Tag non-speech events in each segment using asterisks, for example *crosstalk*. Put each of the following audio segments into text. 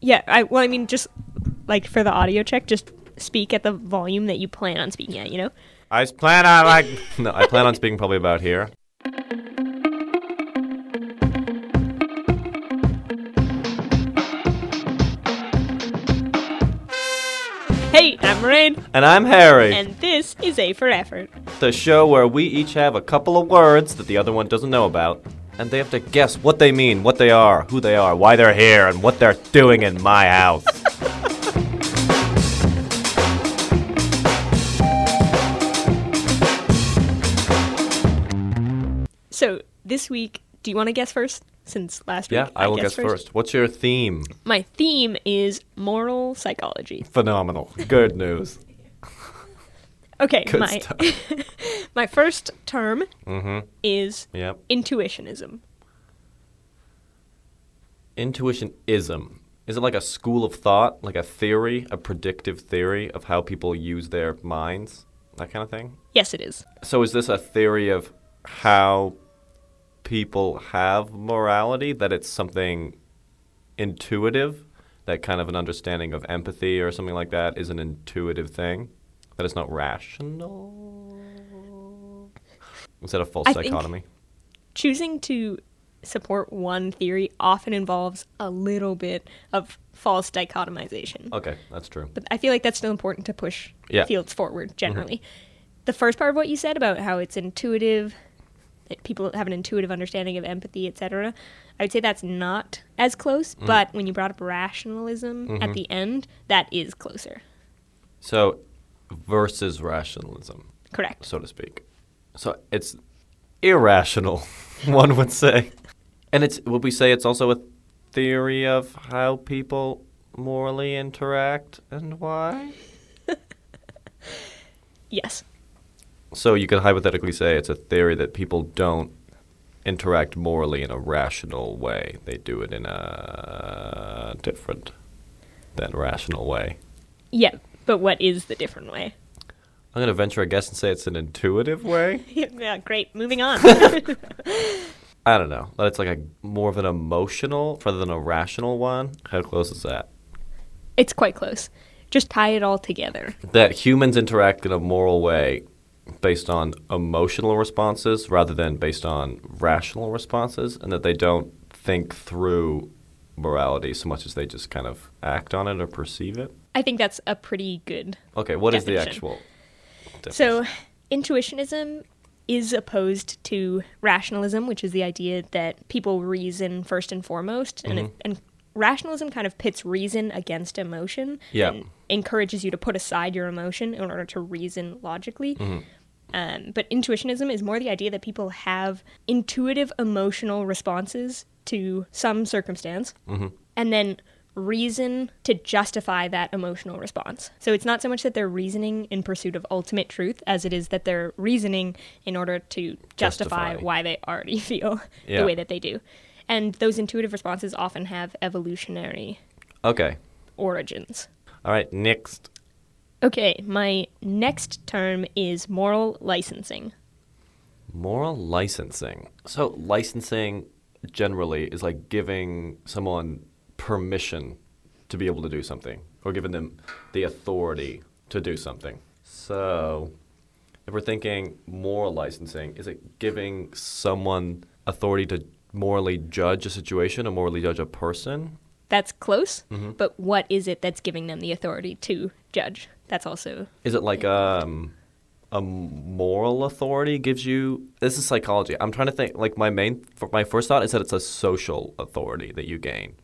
Yeah, I well, I mean, just like for the audio check, just speak at the volume that you plan on speaking at. You know. I s- plan on like *laughs* no, I plan on speaking probably about here. Hey, I'm Rain, And I'm Harry, and this is A for Effort. the show where we each have a couple of words that the other one doesn't know about, and they have to guess what they mean, what they are, who they are, why they're here, and what they're doing in my *laughs* house. So this week, do you want to guess first? Since last yeah, week, I will guess first. What's your theme? My theme is moral psychology. Phenomenal. Good news. Okay, Good my stuff. *laughs* my first term is Mm-hmm, Yep. intuitionism. Intuition ism. Is it like a school of thought, like a theory, a predictive theory of how people use their minds, that kind of thing? Yes, it is. So is this a theory of how people have morality that it's something intuitive, that kind of an understanding of empathy or something like that is an intuitive thing, that it's not rational? Is that a false I think- dichotomy? choosing to support one theory often involves a little bit of false dichotomization. Okay, that's true. But I feel like that's still important to push Yeah. fields forward generally. The first part of what you said about how it's intuitive, that people have an intuitive understanding of empathy, etc. I would say that's not as close, but when you brought up rationalism at the end, that is closer. So versus rationalism. Correct. so to speak. So it's irrational, *laughs* one would say. And it's would we say it's also a theory of how people morally interact and why? Yes. So you could hypothetically say it's a theory that people don't interact morally in a rational way. They do it in a different than rational way. Yeah. But what is the different way? *laughs* I'm gonna venture a guess and say it's an intuitive way. yeah, great. Moving on. I don't know. That it's like a more of an emotional rather than a rational one. How close is that? it's quite close. Just tie it all together. that humans interact in a moral way based on emotional responses rather than based on rational responses, and that they don't think through morality so much as they just kind of act on it or perceive it. I think that's a pretty good. Okay, what is Definition. the actual? Difference? So, intuitionism is opposed to rationalism, which is the idea that people reason first and foremost, and it, and rationalism kind of pits reason against emotion. Yeah. And encourages you to put aside your emotion in order to reason logically. Um, but intuitionism is more the idea that people have intuitive emotional responses to some circumstance Mm-hmm. and then reason to justify that emotional response. So it's not so much that they're reasoning in pursuit of ultimate truth as it is that they're reasoning in order to justify, Justify. why they already *laughs* feel Yeah. the way that they do. And those intuitive responses often have evolutionary okay, origins. all right, next. Okay, my next term is moral licensing. Moral licensing. So, licensing generally is like giving someone permission to be able to do something or giving them the authority to do something. So, if we're thinking moral licensing, is it giving someone authority to morally judge a situation or morally judge a person? That's close, but what is it that's giving them the authority to judge? That's also Is it like um, a moral authority gives you? This is psychology. I'm trying to think. Like my main, f- my first thought is that it's a social authority that you gain,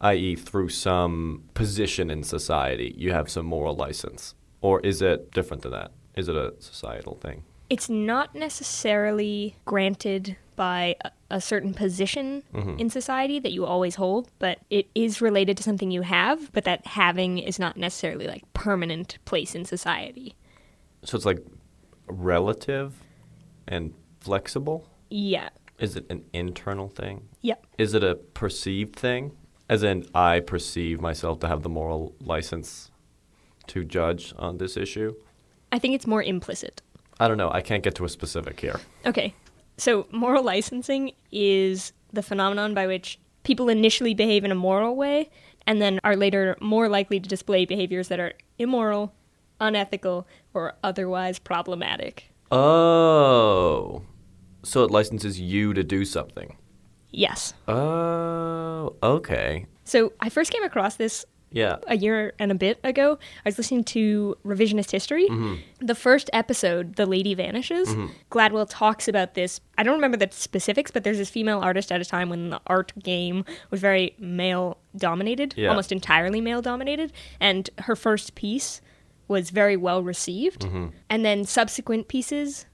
i.e., through some position in society, you have some moral license. Or is it different than that? Is it a societal thing? it's not necessarily granted by a, a certain position in society that you always hold, but it is related to something you have, but that having is not necessarily like permanent place in society. So it's like relative and flexible. Yeah. Is it an internal thing? Yep. Is it a perceived thing? As in, I perceive myself to have the moral license to judge on this issue? I think it's more implicit. I don't know. I can't get to a specific here. Okay. So, moral licensing is the phenomenon by which people initially behave in a moral way and then are later more likely to display behaviors that are immoral, unethical, or otherwise problematic. Oh. So it licenses you to do something. Yes. Oh, okay. So I first came across this Yeah. a year and a bit ago. I was listening to Revisionist History. The first episode, The Lady Vanishes, Gladwell talks about this. I don't remember the specifics, but there's this female artist at a time when the art game was very male dominated, Yeah. almost entirely male dominated. And her first piece was very well received. And then subsequent pieces,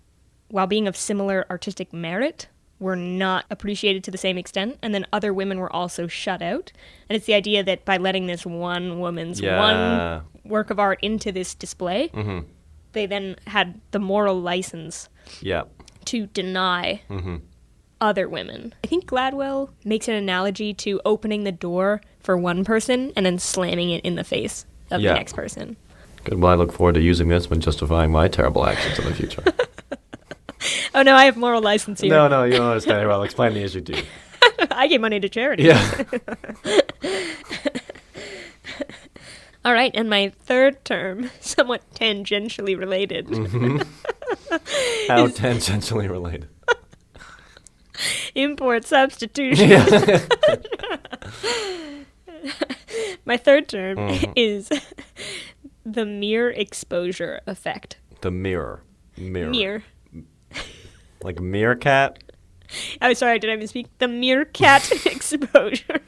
while being of similar artistic merit, were not appreciated to the same extent, and then other women were also shut out. And it's the idea that by letting this one woman's Yeah. Mm-hmm. one work of art into this display, they then had the moral license Yeah. to deny Mm-hmm. other women. I think Gladwell makes an analogy to opening the door for one person and then slamming it in the face of Yeah. the next person. Good. Well, I look forward to using this when justifying my terrible actions in the *laughs* future. Oh no, I have moral license here. no, no, you don't understand. Well, I'll explain the issue to you. *laughs* I gave money to charity. *laughs* Yeah. All right, and my third term, *laughs* somewhat tangentially related, Mm-hmm. How tangentially *laughs* related. import substitution. Yeah. *laughs* My third term Mm-hmm. *laughs* is the mere exposure effect. The mirror. Mirror. Mere. Like meerkat? Oh, sorry, did I misspeak? The mere *laughs* cat exposure.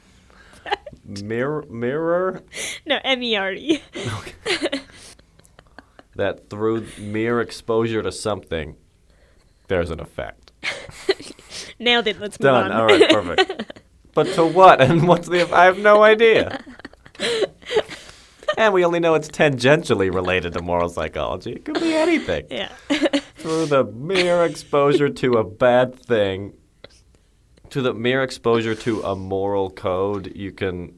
*laughs* Mirror? Mirror? No, M E R E. That through mere exposure to something, there's an effect. Nailed it. Let's move Done. on. All right, perfect. but to what? And *laughs* what's the. I have *laughs* no idea. And we only know it's tangentially related to moral psychology. It could be anything. *laughs* Yeah. Through the mere exposure to a bad thing, to the mere exposure to a moral code, you can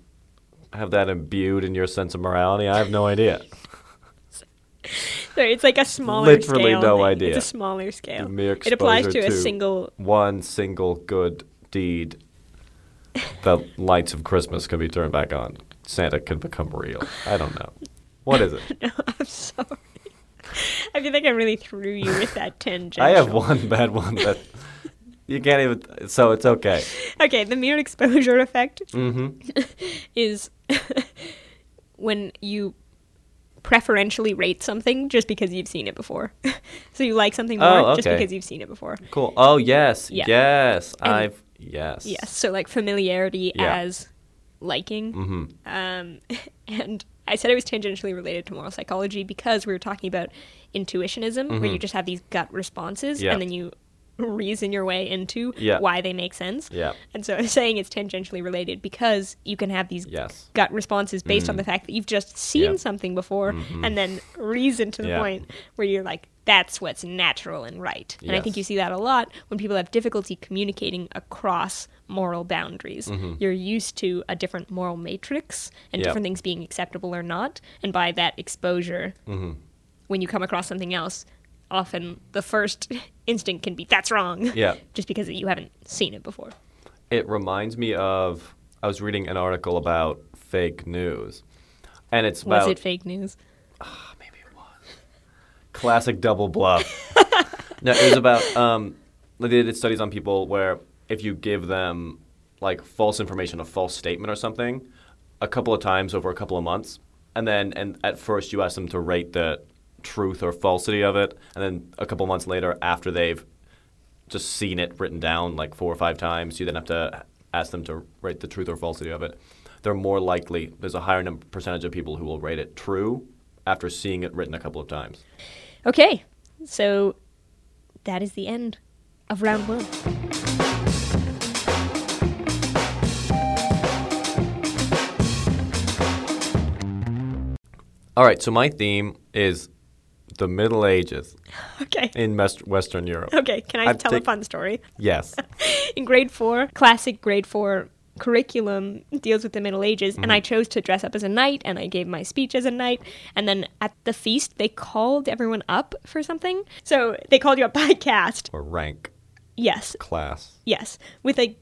have that imbued in your sense of morality. I have no idea. Sorry, it's like a smaller Literally scale. no thing. idea. It's a smaller scale. The mere it applies to exposure a to- single. *laughs* One single good deed, the lights of Christmas can be turned back on. Santa can become real. I don't know. What *laughs* is it? No, I'm sorry. *laughs* I feel like I really threw you with that tangential. *laughs* I have one bad one that you can't even. So it's okay. Okay, the mere exposure effect Mm-hmm. is *laughs* when you preferentially rate something just because you've seen it before. *laughs* so you like something more Oh, just okay. because you've seen it before. Cool. Oh yes, Yeah. yes. And- I've yes. Yes. So like familiarity Yeah. as liking. Mm-hmm. Um, *laughs* and I said it was tangentially related to moral psychology because we were talking about intuitionism, where you just have these gut responses Mm-hmm. Yeah. and then you reason your way into Yeah. why they make sense. Yeah. And so *laughs* I'm saying it's tangentially related because you can have these Yes. Mm. gut responses based on the fact that you've just seen Yeah. Mm-hmm. something before and then reason to the Yeah. point where you're like, that's what's natural and right. And I think Yes. you see that a lot when people have difficulty communicating across moral boundaries. You're used to a different moral matrix and Mm-hmm. Yeah. different things being acceptable or not. And by that exposure, Mm-hmm. when you come across something else, often the first *laughs* instinct can be, that's wrong. Yeah. *laughs* just because you haven't seen it before. It reminds me of I was reading an article about fake news, and it's Was about it fake news? Oh, maybe it was. Classic double *laughs* bluff. no, it was about um, they did studies on people where if you give them like false information, a false statement or something, a couple of times over a couple of months, and then and at first you ask them to rate the truth or falsity of it, and then a couple months later after they've just seen it written down like four or five times, you then have to ask them to rate the truth or falsity of it. They're more likely, there's a higher number, percentage of people who will rate it true after seeing it written a couple of times. Okay, so that is the end of round one. All right, so my theme is the Middle Ages *laughs* Okay. in Mes- *laughs* Western Europe. Okay, can I I'd tell a take- fun story? Yes. In grade four, classic grade four curriculum deals with the Middle Ages, and I chose to dress up as a knight, and I gave my speech as a knight. And then at the feast, they called everyone up for something. So they called you up by *laughs* caste. Or rank, Yes, class. yes, with a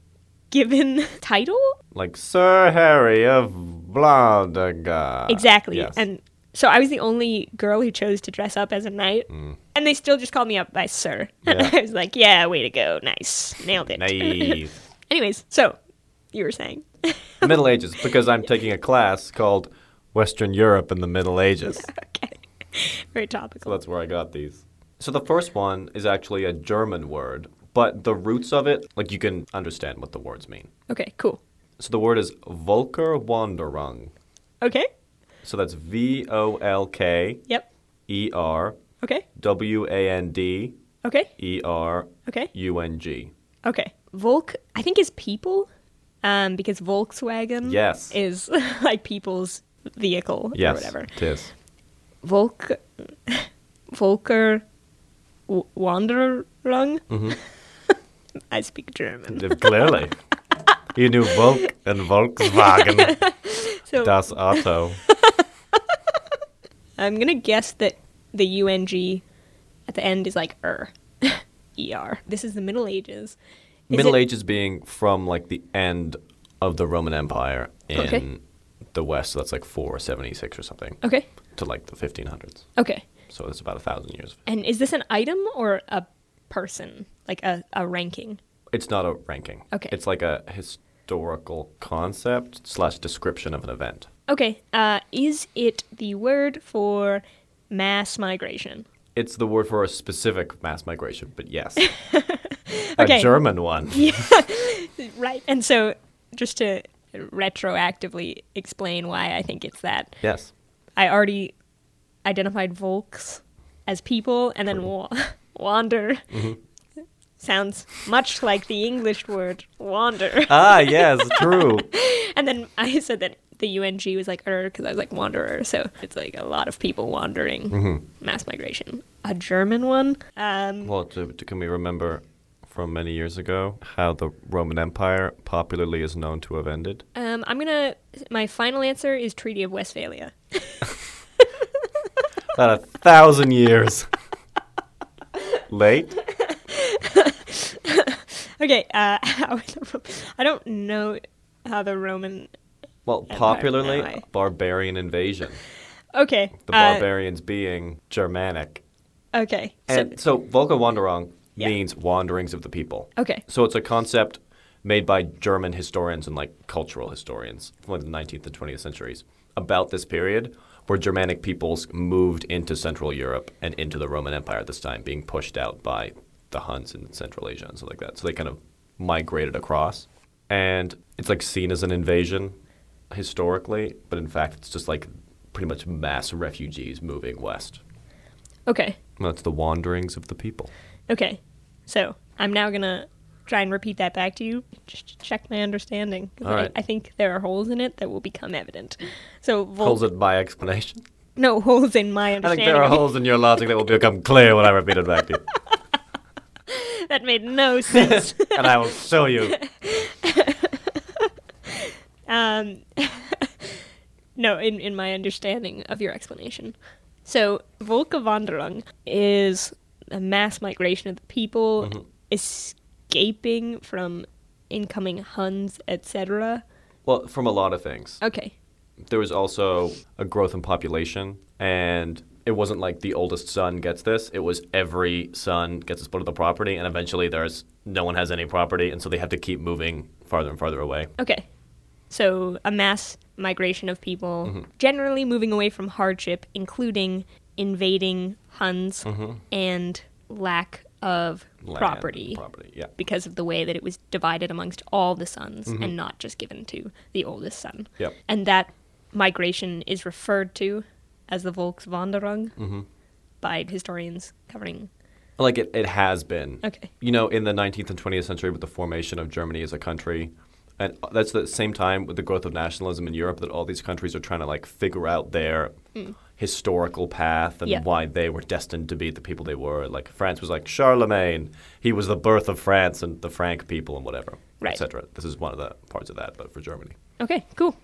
given *laughs* title. Like Sir Harry of blah da ga. Exactly. Uh, Yes. And *laughs* so I was the only girl who chose to dress up as a knight. And they still just called me up by sir. Mm. *laughs* Yeah. I was like, yeah, way to go. Nice. Nailed it. Nice. *laughs* Anyways, so you were saying. *laughs* Middle Ages, because I'm taking a class called Western Europe and the Middle Ages. okay. Very So topical. that's where I got these. So the first one is actually a German word, but the roots of it, like you can understand what the words mean. Okay, cool. So the word is Volkerwanderung. Okay. So that's V O L K Yep. E R Okay. W A N D Okay. E R Okay. U N G. Okay. Volk, I think, is people, um, because Volkswagen Yes. is *laughs* like people's vehicle or Yes. whatever. It is. Volk, Volker, W- Wanderung. *laughs* I speak German. *laughs* Clearly. You knew Volk and Volkswagen. *laughs* So Das Auto. I'm gonna guess that the UNG at the end is like er, *laughs* er. This is the Middle Ages. Is Middle it- Ages being from like the end of the Roman Empire in Okay. the West, so that's like 476 or something, Okay. to like the 1500s. Okay. So it's about a thousand years. And is this an item or a person, like a, a ranking? It's not a ranking. Okay. It's like a historical concept slash description of an event. Okay. Uh, is it the word for mass migration? It's the word for a specific mass migration, *laughs* but yes. Okay. A German one. Right. And so, just to retroactively explain why I think it's that, Yes. I already identified Volks as people, and then wa- *laughs* wander *laughs* sounds much like the English word wander. *laughs* Ah, yes, true. *laughs* And then I said that the UNG was like er because I was like wanderer, so it's like a lot of people wandering, mass migration. A German one. Um, Well, to, to- can we remember from many years ago how the Roman Empire popularly is known to have ended? um, I'm gonna. My final answer is Treaty of Westphalia. About a thousand years. *laughs* Late? Okay. Uh, *laughs* how the, Ro- I don't know how the Roman. Well, Empire, popularly, no, I- barbarian invasion. Okay. The uh, barbarians being Germanic. Okay. So, And so, Volkerwanderung Yeah. means wanderings of the people. okay. So it's a concept made by German historians and like cultural historians from like, the 19th and 20th centuries about this period where Germanic peoples moved into Central Europe and into the Roman Empire at this time, being pushed out by the Huns in Central Asia and stuff like that. So they kind of migrated across, and it's like seen as an invasion historically, but in fact it's just like pretty much mass refugees moving west. Okay. That's the wanderings of the people. Okay. So I'm now gonna try and repeat that back to you. Just to check my understanding. 'cause All right. I, I think there are holes in it that will become evident. So Volk, Holds it by explanation. no *laughs* holes in my I think understanding. there are holes in your logic that will become clear when I repeat it back to you. *laughs* that made no sense. And I will show you. um, *laughs* no, in, in my understanding of your explanation. So, Volkerwanderung is a mass migration of the people escaping from incoming Huns, etc. Well, from a lot of things. Okay. There was also a growth in population, and it wasn't like the oldest son gets this. It was every son gets a split of the property, and eventually there's no one has any property, and so they have to keep moving farther and farther away. Okay. So, a mass migration of people generally moving away from hardship, including invading Huns and lack of Land, property. Property, yeah. because of the way that it was divided amongst all the sons and not just given to the oldest son. Mm-hmm. Yep. And that migration is referred to as the Volkswanderung Mm-hmm. by historians covering. Like it, it has been. Okay. You know, in the 19th and 20th century, with the formation of Germany as a country, and that's the same time with the growth of nationalism in Europe that all these countries are trying to like figure out their historical path and Mm. Yeah. why they were destined to be the people they were. Like France was like Charlemagne, he was the birth of France and the Frank people and whatever, Right. etc. This is one of the parts of that, but for Germany. Okay, cool.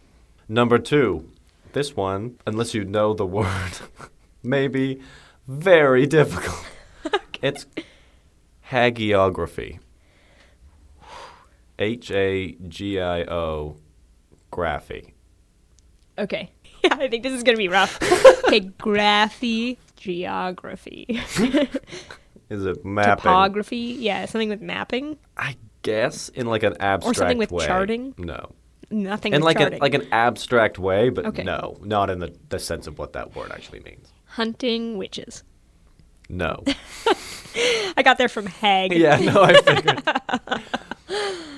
Number two, this one, unless you know the *laughs* word, may be very difficult. *laughs* It's hagiography. H A G I O graphy. Okay. *laughs* Yeah, I think this is gonna be *laughs* rough. okay, graphy, geography, Is it mapping? topography. Yeah, something with mapping. I guess in like an abstract with way. charting? No. Nothing. In with like charting. an like an abstract way, but Okay. no, not in the, the sense of what that word actually means. hunting witches. No. I got there from Hag. yeah, no, I figured.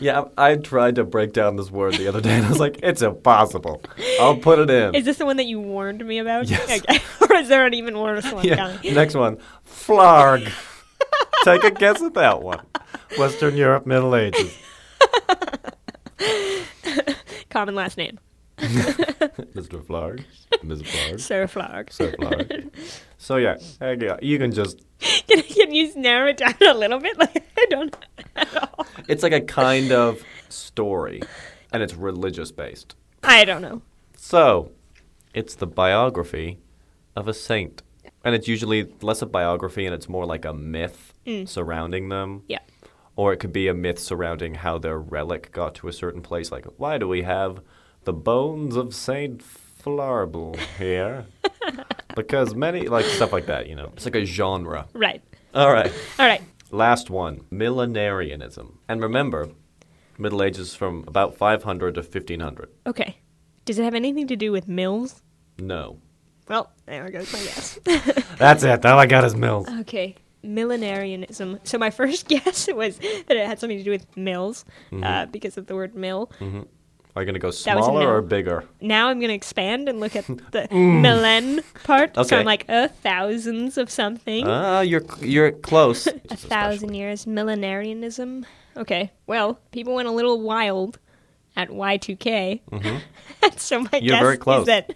yeah, I, I tried to break down this word the other day, and I was like, it's impossible. I'll put it in. Is this the one that you warned me about? Yes. Okay. *laughs* or is there an even worse one *laughs* yeah. coming? Next one, flarg. Take a guess at that one. Western Europe, Middle Ages. *laughs* Common last name. Mr. Flarg, *laughs* Ms. Flarg, Sir Flarg. Sir Flarg. So yeah, there you, go. you can just. *laughs* can, can you narrow it down a little bit? *laughs* Like I don't at all. It's like a kind of story, and it's religious based. *laughs* I don't know. So, it's the biography of a saint. And it's usually less a biography and it's more like a myth surrounding them. Yeah. Or it could be a myth surrounding how their relic got to a certain place. Like, why do we have the bones of Saint Flarbel here? because many, like, stuff like that, you know. It's like a genre. Right. All right. All right. Last one, millenarianism. And remember, Middle Ages from about 500 to 1500. Okay. Does it have anything to do with mills? No. Well, there goes my guess. *laughs* That's it. All I got is mills. okay. Millenarianism. So my first *laughs* guess was that it had something to do with mills uh, because of the word mill. Are you going to go was a smaller or no. bigger? Now I'm going to expand and look at the millen part. So Okay. I'm like, uh, thousands of something. Ah, you're you're *laughs* close. a thousand years millenarianism. Okay, well, people went a little wild at Y2K, *laughs* so my Mm-hmm. You're guess very close. is that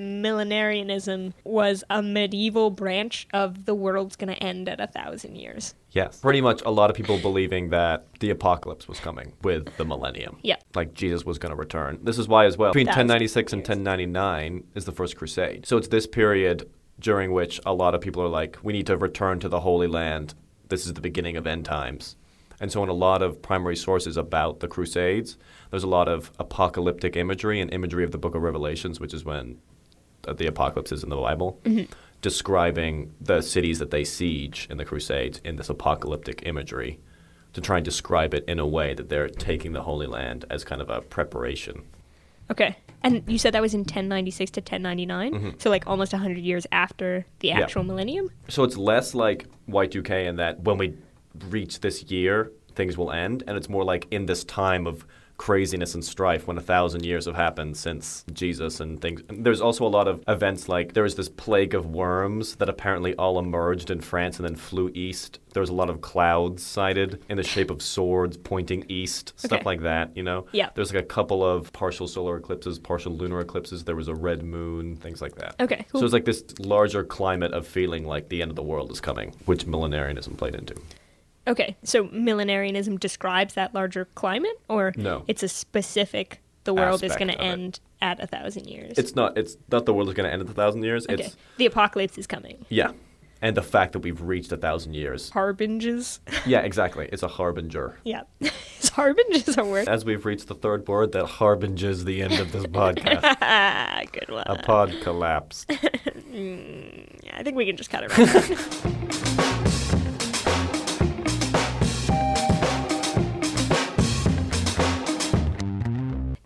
millenarianism was a medieval branch of the world's going to end at a thousand years. Yes. Pretty much a lot of people believing that the apocalypse was coming with the millennium. Yep. Like Jesus was going to return. This is why as well. Between Thousand 1096 and 1099 is the first crusade. So it's this period during which a lot of people are like we need to return to the holy land. This is the beginning of end times. And so in a lot of primary sources about the crusades, there's a lot of apocalyptic imagery and imagery of the book of Revelations, which is when uh, the apocalypse is in the Bible, describing the cities that they siege in the Crusades in this apocalyptic imagery to try and describe it in a way that they're taking the Holy Land as kind of a preparation. Okay, and you said that was in 1096 to 1099, so like almost 100 years after the Mm-hmm. Yeah. actual millennium? So it's less like Y2K in that when we reach this year, things will end, and it's more like in this time of craziness and strife when a thousand years have happened since Jesus and things. And there's also a lot of events like there was this plague of worms that apparently all emerged in France and then flew east. There was a lot of clouds sighted in the shape of swords pointing east, stuff Okay. like that, you know? Yeah. There's like a couple of partial solar eclipses, partial lunar eclipses. There was a red moon, things like that. Okay, So cool. it's like this larger climate of feeling like the end of the world is coming, which millenarianism played into. Okay, so millenarianism describes that larger climate, or No. it's a specific the world is Aspect going of to it. end at a thousand years. It's not. It's not the world is going to end in a thousand years. okay. It's the apocalypse is coming. yeah, and the fact that we've reached a thousand years. Harbingers. Yeah, exactly. It's a harbinger. *laughs* yeah, *laughs* is harbingers a word? As we've reached the third word, that harbinges the end *laughs* of this podcast. Ah, good one. a pod collapsed. Yeah, Mm, I think we can just cut it. Right now. *laughs*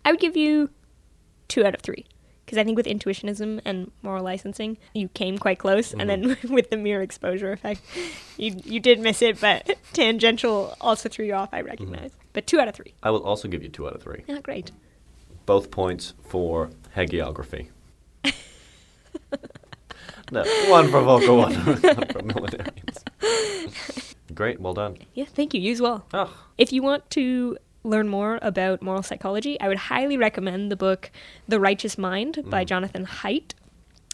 I would give you two out of three because I think with intuitionism and moral licensing, you came quite close, and then *laughs* with the mere exposure effect, you you did miss it, but *laughs* tangential also threw you off. I recognize, but two out of three, I will also give you two out of three. not great. Both points for *laughs* hagiography. no, one for Volca, one *laughs* for millenarians. Great, well done. Yeah, thank you. Use well. Oh, If you want to learn more about moral psychology, I would highly recommend the book The Righteous Mind by Jonathan Haidt.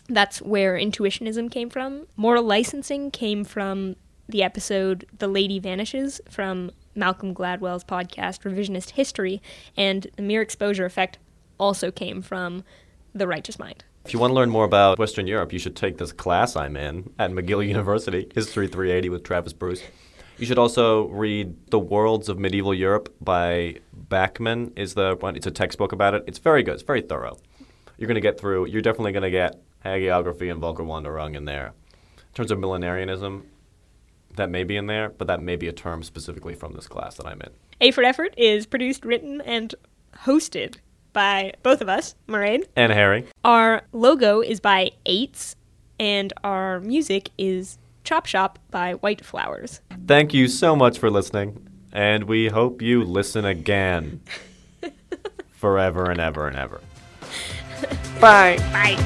That's where intuitionism came from. Moral licensing came from the episode The Lady Vanishes from Malcolm Gladwell's podcast Revisionist History, and the mere exposure effect also came from The Righteous Mind. If you want to learn more about Western Europe, you should take this class I'm in at McGill University, History 380 with Travis Bruce. You should also read The Worlds of Medieval Europe by Backman is the one it's a textbook about it. It's very good, it's very thorough. you're going to get through. You're definitely going to get hagiography and vulgar wanderung in there. In terms of millenarianism, that may be in there, but that may be a term specifically from this class that I'm in. A for Effort is produced, written, and hosted by both of us, Moraine. And Harry. Our logo is by Eights, and our music is Chop Shop by White Flowers. Thank you so much for listening, and we hope you listen *laughs* again forever and ever and ever. Bye. Bye.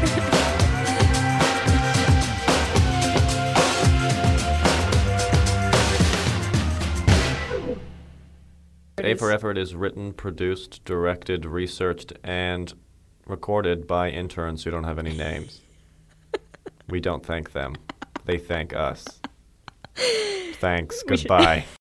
A for Effort is written, produced, directed, researched, and recorded by interns who don't have *laughs* any names. *laughs* we don't thank them. They thank us. Thanks. We should- *laughs* Goodbye.